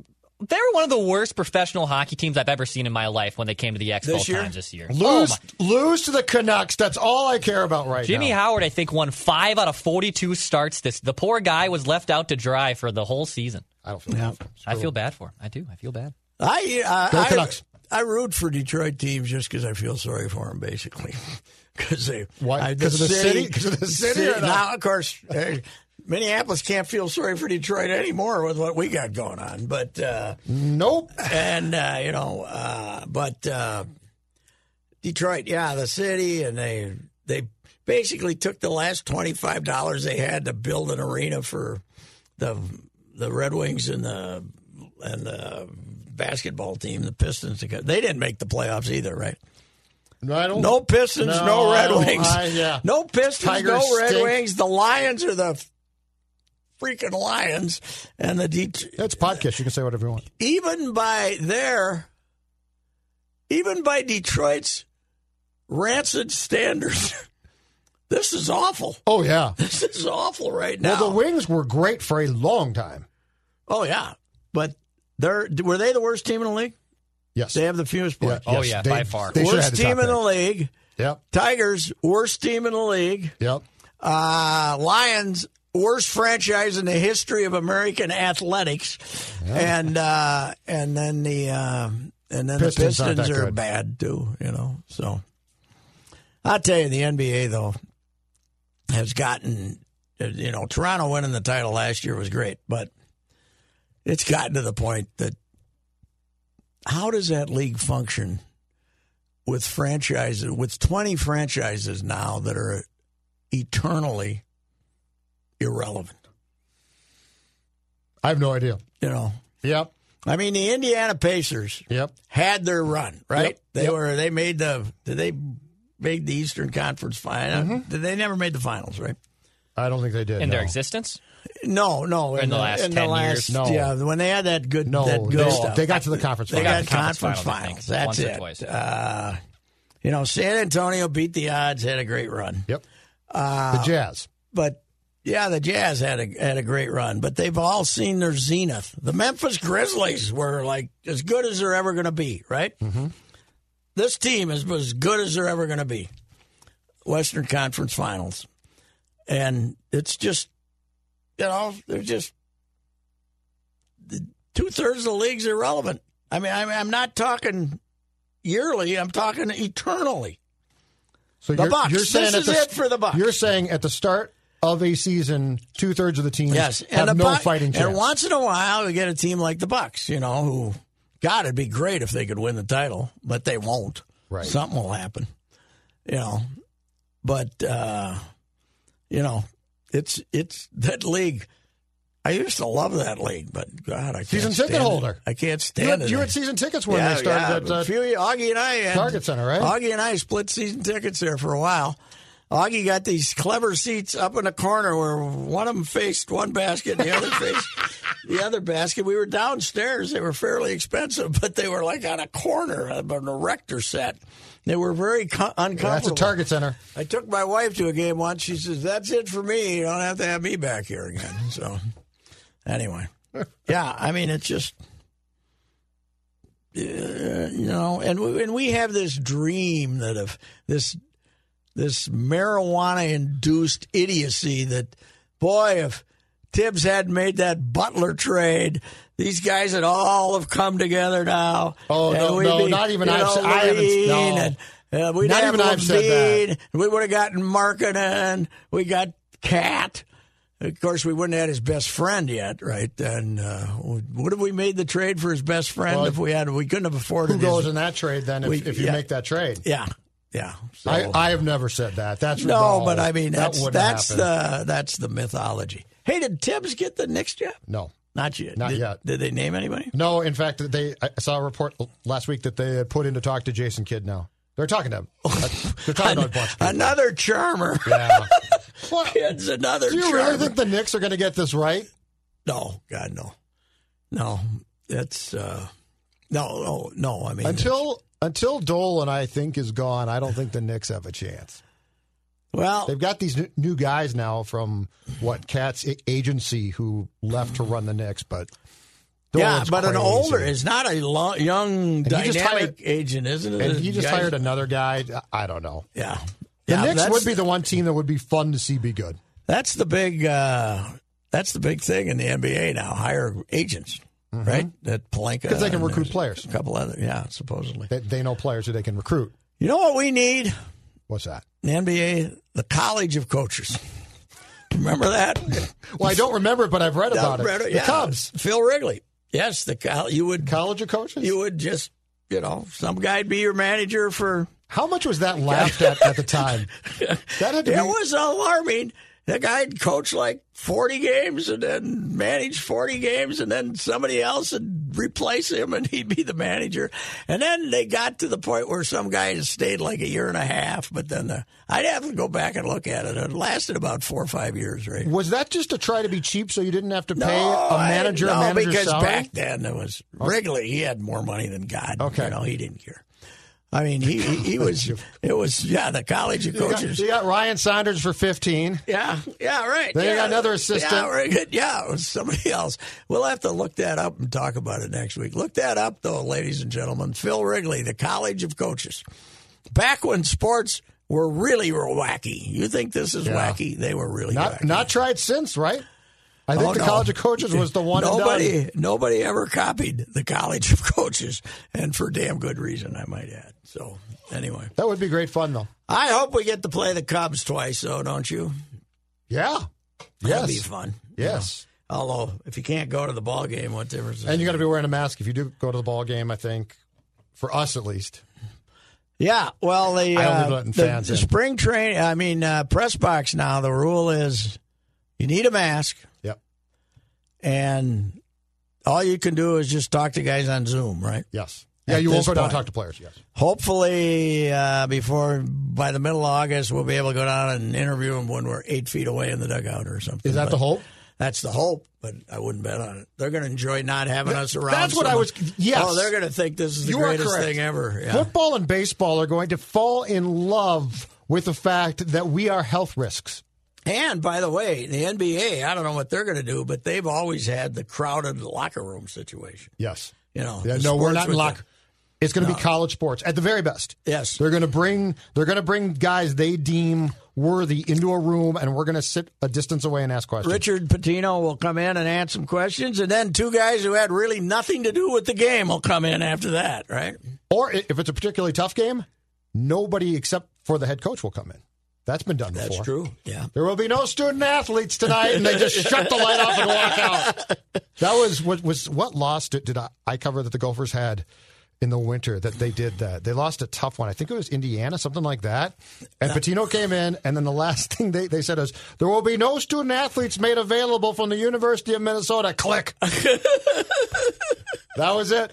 I: they were one of the worst professional hockey teams I've ever seen in my life when they came to the Expo
D: This year?
I: times this year. Oh
E: Lose
I: my-
E: lose to the Canucks. That's all I care about right
I: Jimmy
E: now.
I: Howard, I think, won five out of forty-two starts. This the poor guy was left out to dry for the whole season.
E: I don't feel.
D: Yeah.
E: bad for them.
I: I feel bad for him. I do. I feel bad.
D: I uh,
E: Go
D: I,
E: Canucks.
D: I root for Detroit teams just because I feel sorry for them, basically, because they
E: Why?
D: I-
E: 'Cause of the city? 'Cause of the city or not?
D: Now, of course, eh, Minneapolis can't feel sorry for Detroit anymore with what we got going on. But uh,
E: Nope.
D: and uh, you know, uh, but uh, Detroit, yeah, the city, and they they basically took the last twenty five dollars they had to build an arena for the the Red Wings and the and the basketball team, the Pistons. They didn't make the playoffs either, right?
E: No, I don't.
D: No Pistons, no,
E: No, I
D: Red
E: don't-
D: Wings.
E: I- yeah.
D: No Pistons,
E: Tigers
D: no Red
E: stink.
D: Wings. The Lions are the freaking Lions, and the Det-
E: It's podcast. You can say whatever you want.
D: even by their, even by Detroit's rancid standards, this is awful.
E: Oh yeah.
D: This is awful right now.
E: Well, the Wings were great for a long time.
D: oh yeah, but they're were they the worst team in the league?
E: Yes.
D: They have the fewest points.
I: Oh, yeah, by far.
E: should have
D: worst
E: had
D: team
E: top
D: in the
E: pick.
D: league.
E: Yep.
D: Tigers, worst team in the league.
E: Yep.
D: Uh, Lions, worst franchise in the history of American athletics, and uh, and then the uh, and then
E: Pistons
D: the
E: aren't
D: Pistons
E: that
D: are
E: good.
D: bad too. You know, so I'll tell you, the NBA though has gotten you know Toronto winning the title last year was great, but it's gotten to the point that how does that league function with franchises with 20 franchises now that are eternally irrelevant
E: I have no idea.
D: you know
E: Yep.
D: i mean the indiana pacers
E: Yep.
D: had their run right
E: Yep,
D: they
E: yep.
D: were they made the did they make the eastern conference final Did they never made the finals right
E: I don't think they did.
I: in their
E: no.
I: existence?
D: No, no.
I: In the last 10 years.
E: No.
D: Yeah, when they had that good,
E: No,
D: that good
E: they,
D: stuff.
E: they got to the conference.
D: They
E: finals.
D: got conference,
I: finals, I
D: finals.
I: think,
D: That's
I: once or
D: it.
I: twice.
D: Uh, you know, San Antonio beat the odds, had a great run.
E: Yep.
D: Uh,
E: the Jazz.
D: But yeah, the Jazz had a had a great run, but they've all seen their zenith. The Memphis Grizzlies were like as good as they're ever going to be, right? Mm-hmm. This team is as good as they're ever going to be. Western Conference Finals, and it's just you know they're just two thirds of the league's irrelevant. I mean, I'm, I'm not talking yearly. I'm talking eternally.
E: So
D: The
E: you're,
D: Bucks.
E: you're saying
D: This
E: at
D: is
E: the,
D: it for the Bucks.
E: You're saying at the start of a season, two thirds of the teams
D: Yes,
E: have
D: the
E: no
D: Buc-
E: fighting chance.
D: And once in a while, we get a team like the Bucks, you know, who God, it'd be great if they could win the title, but they won't.
E: Right.
D: something will happen, you know. But uh, you know, it's it's that league. I used to love that league, but God, I can't
E: Season
D: stand
E: ticket
D: it.
E: holder.
D: I can't
E: you
D: stand
E: had,
D: it.
E: you had season tickets when
D: yeah,
E: they started.
D: yeah.
E: at, uh,
D: a few, Augie and I had
E: Target Center, right?
D: Augie and I split season tickets there for a while. Augie got these clever seats up in the corner where one of them faced one basket and the other faced the other basket. We were downstairs. They were fairly expensive, but they were like on a corner of an erector set. They were very co- uncomfortable.
E: that's a Target Center.
D: I took my wife to a game once. She says, "That's it for me. You don't have to have me back here again." So, anyway, yeah, I mean, it's just uh, you know, and we, and we have this dream that if this this marijuana induced idiocy that boy, if Tibbs had made that Butler trade. These guys would all have come together now.
E: Oh,
D: and
E: no,
D: we'd
E: no, not even
D: you
E: I've
D: know,
E: said- I haven't-
D: Levine
E: no.
D: and- uh, we'd
E: Not
D: have
E: even I've said that.
D: Levine. We would have gotten Markkinen. We got Cat. Of course, we wouldn't have had his best friend yet, right? And uh, would have we made the trade for his best friend
E: Well,
D: if we had? We couldn't have afforded.
E: Who
D: his-
E: goes in that trade then if,
D: We-
E: if you
D: yeah.
E: make that trade?
D: Yeah, yeah. So-
E: I, I have never said that. That's
D: no, but I mean
E: that
D: that's
E: wouldn't
D: that's
E: happen.
D: the that's the mythology. Hey, did Tibbs get the Knicks job?
E: no.
D: Not yet.
E: Not
D: did,
E: yet.
D: Did they name anybody?
E: No, in fact, they I saw a report last week that they had put in to talk to Jason Kidd. Now they're talking to him. they're talking to a bunch. Of people.
D: Another charmer.
E: Yeah. What?
D: It's another.
E: Do you
D: charmer.
E: really think the Knicks are going to get this right?
D: No, God, no, no. That's uh, no, no, no. I mean,
E: Until until Dolan, I think, is gone, I don't think the Knicks have a chance.
D: well,
E: They've got these new- new guys now from what Cat's a- agency who left to run the Knicks, but
D: yeah,
E: Dolan's
D: but an
E: crazy.
D: older is not a lo- young
E: he just
D: dynamic
E: hired-
D: agent, isn't it?
E: and he just
D: Guys-
E: hired another guy. I don't know.
D: Yeah,
E: The
D: yeah,
E: Knicks
D: that's-
E: would be the one team that would be fun to see be good.
D: That's the big. Uh, that's the big thing in the NBA now. Hire agents, right? That Palenka
E: Mm-hmm. 'Cause they can
D: and
E: recruit
D: there's
E: players.
D: A couple other, yeah, supposedly.
E: They, they know players who they can recruit.
D: You know what we need?
E: What's that?
D: In the NBA, the College of Coaches. Remember that?
E: Well, I don't remember it, but I've read about
D: Alfredo,
E: it. The
D: yeah.
E: Cubs.
D: Phil Wrigley. Yes, the Col- you would
E: College of coaches?
D: you would just you know some guy'd be your manager for.
E: How much was that laughed at at the time? That had to
D: It
E: be
D: was alarming. The guy'd coach like forty games and then manage forty games, and then somebody else would replace him, and he'd be the manager. And then they got to the point where some guy had stayed like a year and a half, but then the, I'd have to go back and look at it. It lasted about four or five years, right?
E: Was that just to try to be cheap so you didn't have to pay a
D: I-
E: manager
D: no,
E: a manager's
D: because
E: salary? Oh.
D: back then it was Wrigley. He had more money than God.
E: Okay.
D: you know, he didn't care. I mean, he he, he was it was yeah the college of
E: You got,
D: coaches.
E: you got Ryan Saunders for 15.
D: Yeah, yeah, right.
E: Then you
D: yeah.
E: got another assistant.
D: Yeah, right, good. yeah, it was somebody else. We'll have to look that up and talk about it next week. Look that up, though, ladies and gentlemen. Phil Wrigley, the College of Coaches. Back when sports were really were wacky. You think this is
E: Yeah.
D: wacky? They were really
E: Not
D: wacky.
E: not tried since, right? I think
D: Oh,
E: the
D: no.
E: College of Coaches was the one and
D: Nobody,
E: done.
D: nobody ever copied the College of Coaches, and for damn good reason, I might add. So, anyway,
E: That would be great fun, though.
D: I hope we get to play the Cubs twice, though, don't you?
E: Yeah.
D: That'll be
E: Yes.
D: fun.
E: Yes.
D: Although, if you can't go to the ball game, what difference? does
E: And
D: it
E: you got to be wearing a mask if you do go to the ball game. I think, for us at least.
D: Yeah, well, the
E: I only
D: uh,
E: letting
D: the,
E: fans
D: the
E: in.
D: spring train. I mean, uh, press box. Now the rule is you need a mask.
E: Yep.
D: And all you can do is just talk to guys on Zoom, right?
E: Yes. Yeah,
D: at
E: you won't
D: this
E: go down and
D: point.
E: talk to players. Yes.
D: Hopefully, uh, before by the middle of August, we'll be able to go down and interview him when we're eight feet away in the dugout or something.
E: Is that
D: But
E: the hope?
D: That's the hope, but I wouldn't bet on it. They're going to enjoy not having us around.
E: that's what
D: so
E: I
D: much.
E: was- yes.
D: Oh, they're going to think this is the
E: You are
D: greatest
E: correct.
D: thing ever. Yeah.
E: Football and baseball are going to fall in love with the fact that we are health risks.
D: And by the way, the NBA, I don't know what they're going to do, but they've always had the crowded locker room situation.
E: Yes.
D: You know,
E: Yeah,
D: the
E: no, we're
D: sports
E: not in
D: with
E: lock. It's going to be college sports at the very best.
D: Yes.
E: they're going to bring they're going to bring guys they deem worthy into a room, and we're going to sit a distance away and ask questions.
D: Richard Patino will come in and answer some questions, and then two guys who had really nothing to do with the game will come in after that, right?
E: Or i- if it's a particularly tough game, nobody except for the head coach will come in. That's been done before.
D: That's true. Yeah.
E: There will be no student athletes tonight, and they just shut the light off and walk out. That was what was what loss did, did I, I cover that the Gophers had in the winter that they did that. They lost a tough one. I think it was Indiana, something like that. And Patino came in, and then the last thing they, they said is there will be no student athletes made available from the University of Minnesota. Click. that was it.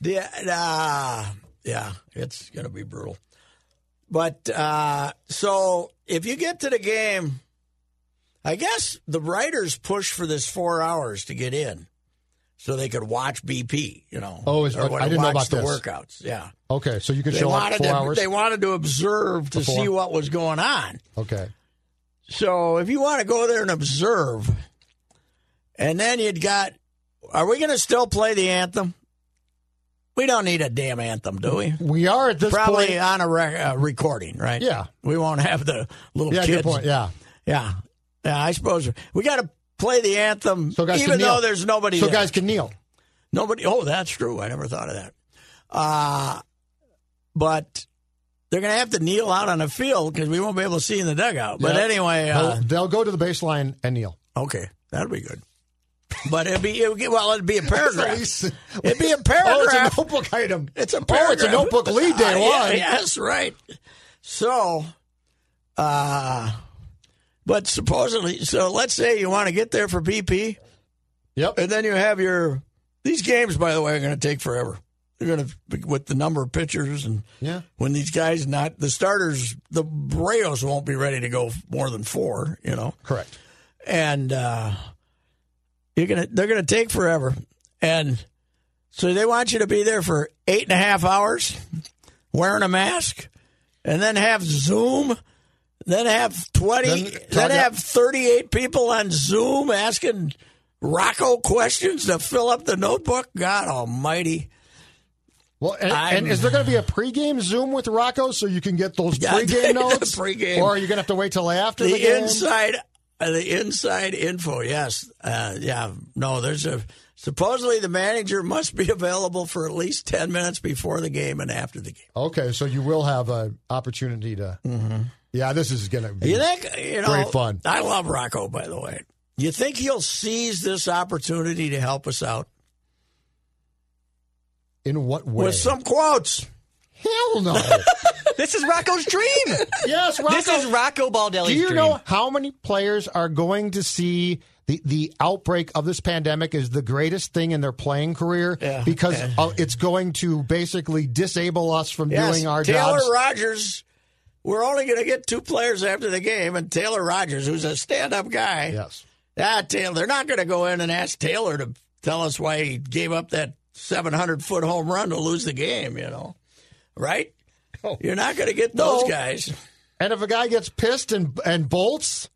D: Yeah, uh, yeah, it's going to be brutal. But uh, so if you get to the game, I guess the writers push for this four hours to get in so they could watch BP, you know.
E: Oh, is-
D: or
E: I didn't know
D: watch
E: about
D: the
E: this.
D: workouts. Yeah.
E: Okay, so you could
D: They
E: show up
D: wanted,
E: four
D: to,
E: hours.
D: they wanted to observe to
E: Before.
D: see what was going on.
E: okay.
D: So if you want to go there and observe, and then you'd got, are we going to still play the anthem? We don't need a damn anthem, do we?
E: We are at this
D: Probably
E: point.
D: on a re- uh, recording, right?
E: Yeah.
D: We won't have the little
E: Yeah,
D: kids.
E: good point. Yeah.
D: yeah, Yeah, I suppose we got to play the anthem,
E: So guys
D: even
E: can kneel.
D: though there's nobody.
E: So
D: there.
E: guys can kneel.
D: Nobody. Oh, that's true. I never thought of that. Uh, but they're going to have to kneel out on the field because we won't be able to see in the dugout. But
E: Yeah.
D: anyway, uh,
E: They'll, they'll go to the baseline and kneel.
D: okay, that'll be good. But it'd be, it'd, well, it'd be a paragraph.
E: Nice.
D: it'd be a
E: Oh, it's
D: paragraph.
E: a notebook item.
D: It's a
E: Oh, it's a
D: paragraph.
E: notebook lead day
D: Uh,
E: one.
D: yeah, yes, right. So, uh, but supposedly, so let's say you want to get there for BP.
E: Yep.
D: And then you have your these games. By the way, are going to take forever. They're going to with the number of pitchers and
E: Yeah.
D: when these guys not the starters, the Rayos won't be ready to go more than four. You know,
E: Correct.
D: and uh, you're gonna they're gonna take forever, and so they want you to be there for eight and a half hours, wearing a mask, and then have Zoom, then have twenty,
E: Then
D: then,
E: talk up-
D: have thirty eight people on Zoom asking Rocco questions to fill up the notebook. God Almighty!
E: Well, and,
D: I'm-
E: and is there going to be a pregame Zoom with Rocco so you can get those
D: Yeah,
E: pregame
D: the
E: notes?
D: pregame.
E: Or are you going to have to wait till after the,
D: the,
E: game?
D: inside uh, the inside info yes uh, yeah no there's a supposedly the manager must be available for at least 10 minutes before the game and after the game
E: Okay, so you will have an opportunity to. Yeah, this is going to be.
D: Mm-hmm. you think you know
E: Great fun.
D: i love rocco by the way you think he'll seize this opportunity to help us out
E: In what way?
D: with some quotes
E: Hell no.
I: This is Rocco's dream.
E: yes, Rocco.
I: This is Rocco Baldelli's
E: Do you
I: dream.
E: know how many players are going to see the, the outbreak of this pandemic is the greatest thing in their playing career
D: Yeah.
E: because of, it's going to basically disable us from
D: yes,
E: doing our
D: taylor
E: jobs?
D: rogers we're only going to get two players after the game and taylor rogers who's a stand-up guy
E: Yes.
D: Ah, Taylor, they're not going to go in and ask Taylor to tell us why he gave up that 700 foot home run to lose the game, you know, right? You're not going to get those
E: Oh. No.
D: guys.
E: And if a guy gets pissed and and bolts,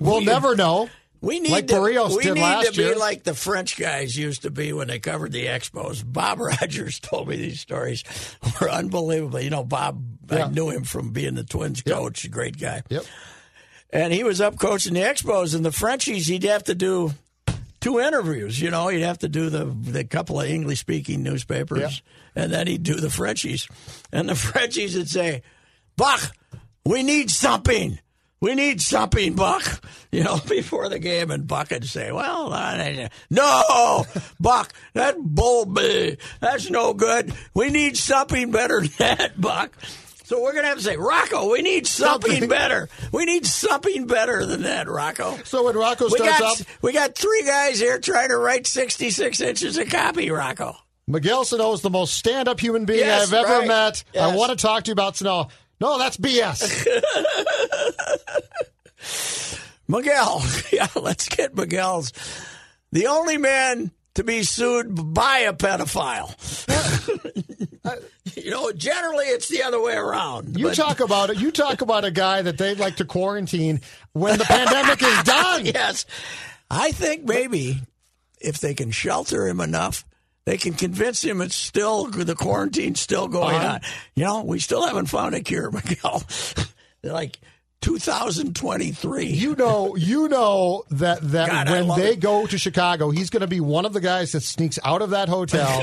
E: we'll never know.
D: We need
E: Like
D: to,
E: Barrios
D: we
E: did
D: need
E: last
D: to be
E: year.
D: like the French guys used to be when they covered the Expos. Bob Rogers told me these stories were unbelievable. You know, Bob,
E: Yeah.
D: I knew him from being the Twins coach, a great guy.
E: Yep.
D: and he was up coaching the Expos and the Frenchies. He'd have to do two interviews. You know, he'd have to do the the couple of English speaking newspapers, and then he'd do the Frenchies. And the Frenchies would say, "Bach, we need something." We need something, Buck. You know, before the game, and Buck would say, "Well, I- no, Buck, that bull, bleh, that's no good. We need something better than that, Buck." So we're gonna have to say, Rocco, we need something
E: Something.
D: better. We need something better than that, Rocco.
E: So when Rocco
D: We
E: starts
D: got
E: up,
D: we got three guys here trying to write sixty six inches of copy, Rocco.
E: Miguel Sano is the most stand up human being
D: Yes,
E: I've ever
D: right.
E: met. I
D: Yes.
E: want to talk to you about Sano. No, that's BS.
D: Miguel. Yeah, let's get Miguel's. The only man to be sued by a pedophile. you know, generally it's the other way around.
E: You
D: but-
E: talk about it. You talk about a guy that they'd like to quarantine when the pandemic is done.
D: yes. I think maybe if they can shelter him enough, they can convince him it's still the quarantine's still going
E: Uh-huh.
D: on. You know, we still haven't found a cure, Miguel. They're like 2023.
E: You know, you know that that
D: God, I
E: when
D: love
E: they
D: it.
E: go to Chicago, he's going to be one of the guys that sneaks out of that hotel,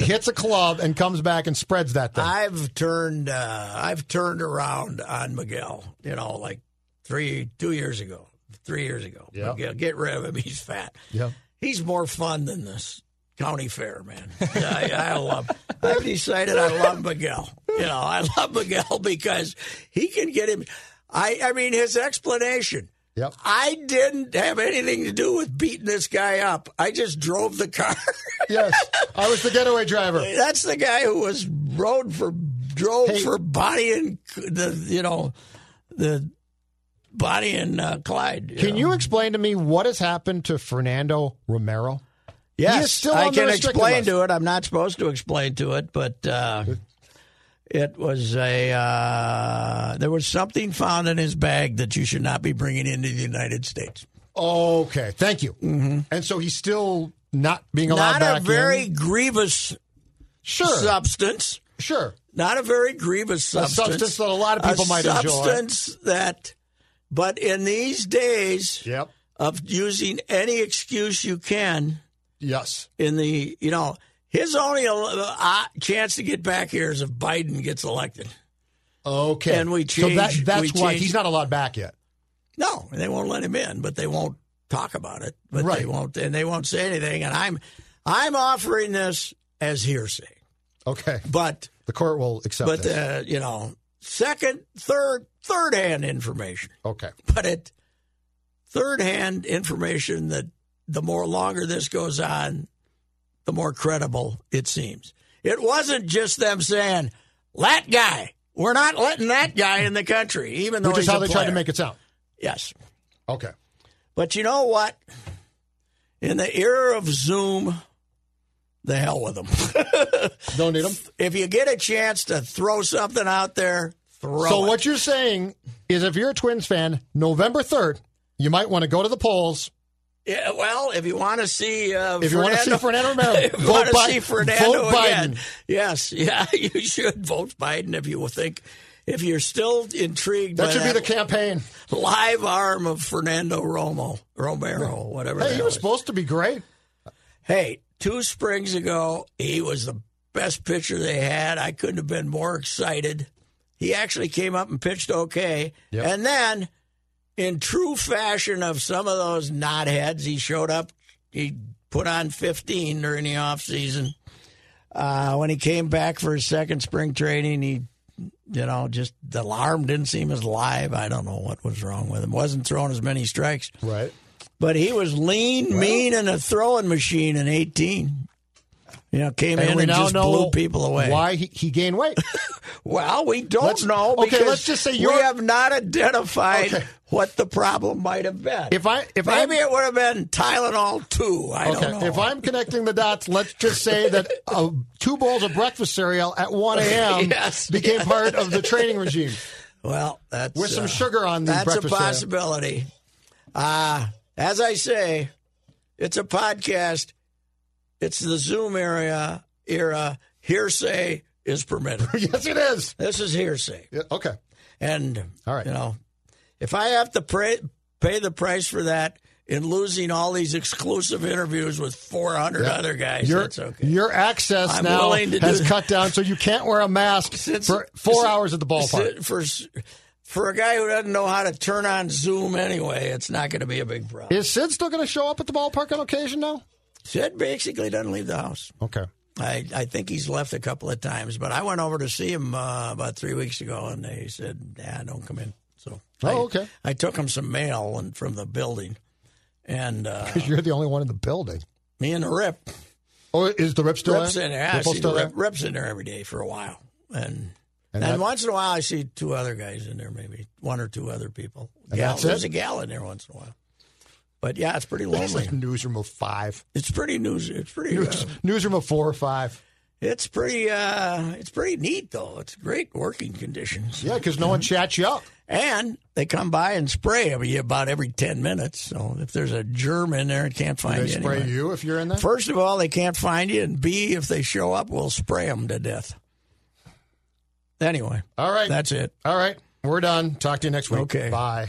E: hits a club, and comes back and spreads that thing.
D: I've turned uh, I've turned around on Miguel. You know, like three two years ago, three years ago.
E: Yeah.
D: Miguel, get rid of him. He's fat.
E: Yeah.
D: He's more fun than this county fair, man. I, I love. I've decided I love Miguel. You know, I love Miguel because he can get him. I I mean, his explanation.
E: Yep.
D: I didn't have anything to do with beating this guy up. I just drove the car.
E: Yes, I was the getaway driver.
D: That's the guy who was rode for drove
E: Hey.
D: for Bonnie and C- the you know the Bonnie and uh, Clyde.
E: Can
D: know.
E: you explain to me what has happened to Fernando Romero?
D: Yes,
E: He is still
D: I
E: on the
D: can
E: restricted
D: explain
E: list.
D: to it. I'm not supposed to explain to it, but uh, it was a uh, there was something found in his bag that you should not be bringing into the United States.
E: Okay, thank you. And so he's still not being allowed
D: Mm-hmm. Not
E: back
D: a very
E: in?
D: grievous
E: sure,
D: substance.
E: sure.
D: not a very grievous substance.
E: substance that a lot of people
D: a
E: might enjoy.
D: substance that, but in these days
E: Yep.
D: of using any excuse you can
E: Yes.
D: in the, you know, his only uh, chance to get back here is if Biden gets elected.
E: Okay.
D: And we
E: So that,
D: change-
E: that's
D: we
E: why
D: change-
E: he's not allowed back yet.
D: No, they won't let him in, but they won't talk about it. But they
E: Right.
D: won't, and they won't say anything. And I'm, I'm offering this as hearsay,
E: Okay.
D: but,
E: The court will accept
D: but
E: this.
D: uh, you know, second, third, third hand information.
E: okay.
D: but it third hand information that the more longer this goes on, the more credible it seems. It wasn't just them saying, that guy, we're not letting that guy in the country, even though
E: Which is
D: he's
E: how
D: a
E: they tried to
D: player."
E: make it sound.
D: Yes.
E: Okay.
D: But you know what? In the era of Zoom, the hell with them.
E: Don't need him.
D: if you get a chance to throw something out there, throw
E: So
D: it.
E: what you're saying is if you're a Twins fan, November 3rd, you might want to go to the polls.
D: Yeah, well, if you want to see, uh,
E: If you wanna see Fernando Romero,
D: if you
E: vote
D: want to
E: Bi-
D: see Fernando
E: vote
D: again,
E: Biden.
D: yes, yeah, you should vote Biden if you think if you're still intrigued.
E: That
D: by
E: should be
D: that
E: the campaign.
D: live arm of Fernando Romo, Romero, whatever. the
E: Hey, he
D: hell
E: was
D: it is.
E: supposed to be great.
D: Hey, two springs ago, he was the best pitcher they had. I couldn't have been more excited. He actually came up and pitched okay.
E: Yep.
D: And then, in true fashion of some of those knotheads, he showed up. He put on 15 during the offseason. Uh, when he came back for his second spring training, he, you know, just the alarm didn't seem as live. I don't know what was wrong with him. Wasn't throwing as many strikes.
E: Right.
D: But he was lean, mean, and a throwing machine in 18. You know, came
E: And
D: in
E: we
D: and
E: now
D: just
E: know
D: blew people away.
E: Why he, he gained weight.
D: Well, we don't
E: Let's-
D: know.
E: okay,
D: because
E: let's just say
D: we
E: you're-
D: have not identified
E: Okay.
D: what the problem might have been.
E: If I if I'm,
D: Maybe it would have been Tylenol 2. I don't know.
E: If I'm connecting the dots, let's just say that uh, two bowls of breakfast cereal at 1 a.m.
D: Yes.
E: became part of the training regime.
D: well, that's
E: With some
D: uh,
E: sugar on the
D: That's a
E: breakfast cereal.
D: possibility. Uh, as I say, it's a podcast. It's the Zoom area era. Hearsay is permitted.
E: Yes, it is.
D: This is hearsay.
E: Yeah, okay.
D: And
E: All right.
D: you know, if I have to pray, pay the price for that in losing all these exclusive interviews with 400 other guys,
E: your,
D: that's okay.
E: Your access
D: I'm
E: now
D: willing to do
E: has
D: that.
E: cut down, so you can't wear a mask
D: Since-
E: for four
D: si-
E: hours at the ballpark.
D: si- For s- for a guy who doesn't know how to turn on Zoom anyway, it's not going to be a big problem.
E: Is Sid still going to show up at the ballpark on occasion now?
D: Sid basically doesn't leave the house.
E: Okay.
D: I, I think he's left a couple of times, but I went over to see him uh, about three weeks ago, and they said, "Nah, don't come in." So,
E: Oh,
D: I,
E: okay.
D: I took him some mail and from the building, and uh,
E: Because you're the only one in the building.
D: me and the Rip.
E: Oh, is the rip still
D: Rip's
E: in?
D: in there. I
E: Ripple
D: see
E: still
D: Rip,
E: in?
D: Rip's in there every day for a while, and and,
E: And that-
D: once in a while I see two other guys in there, maybe one or two other people.
E: And
D: Gal,
E: that's it?
D: there's a gal in there once in a while, but yeah, it's pretty
E: It's
D: lonely.
E: like newsroom of five.
D: it's pretty news. It's pretty. Uh,
E: News, newsroom of four or five.
D: it's pretty. Uh, it's pretty neat though. It's great working conditions.
E: Yeah, because no one
D: Mm-hmm.
E: chats you up.
D: And they come by and spray every about every ten minutes. So if there's a germ in there, it can't find
E: They
D: you.
E: spray
D: anyway.
E: you if you're in there.
D: First of all, they can't find you, and B, if they show up, we'll spray them to death. Anyway,
E: All right.
D: that's it.
E: All right. We're done. Talk to you next week.
D: Okay.
E: Bye.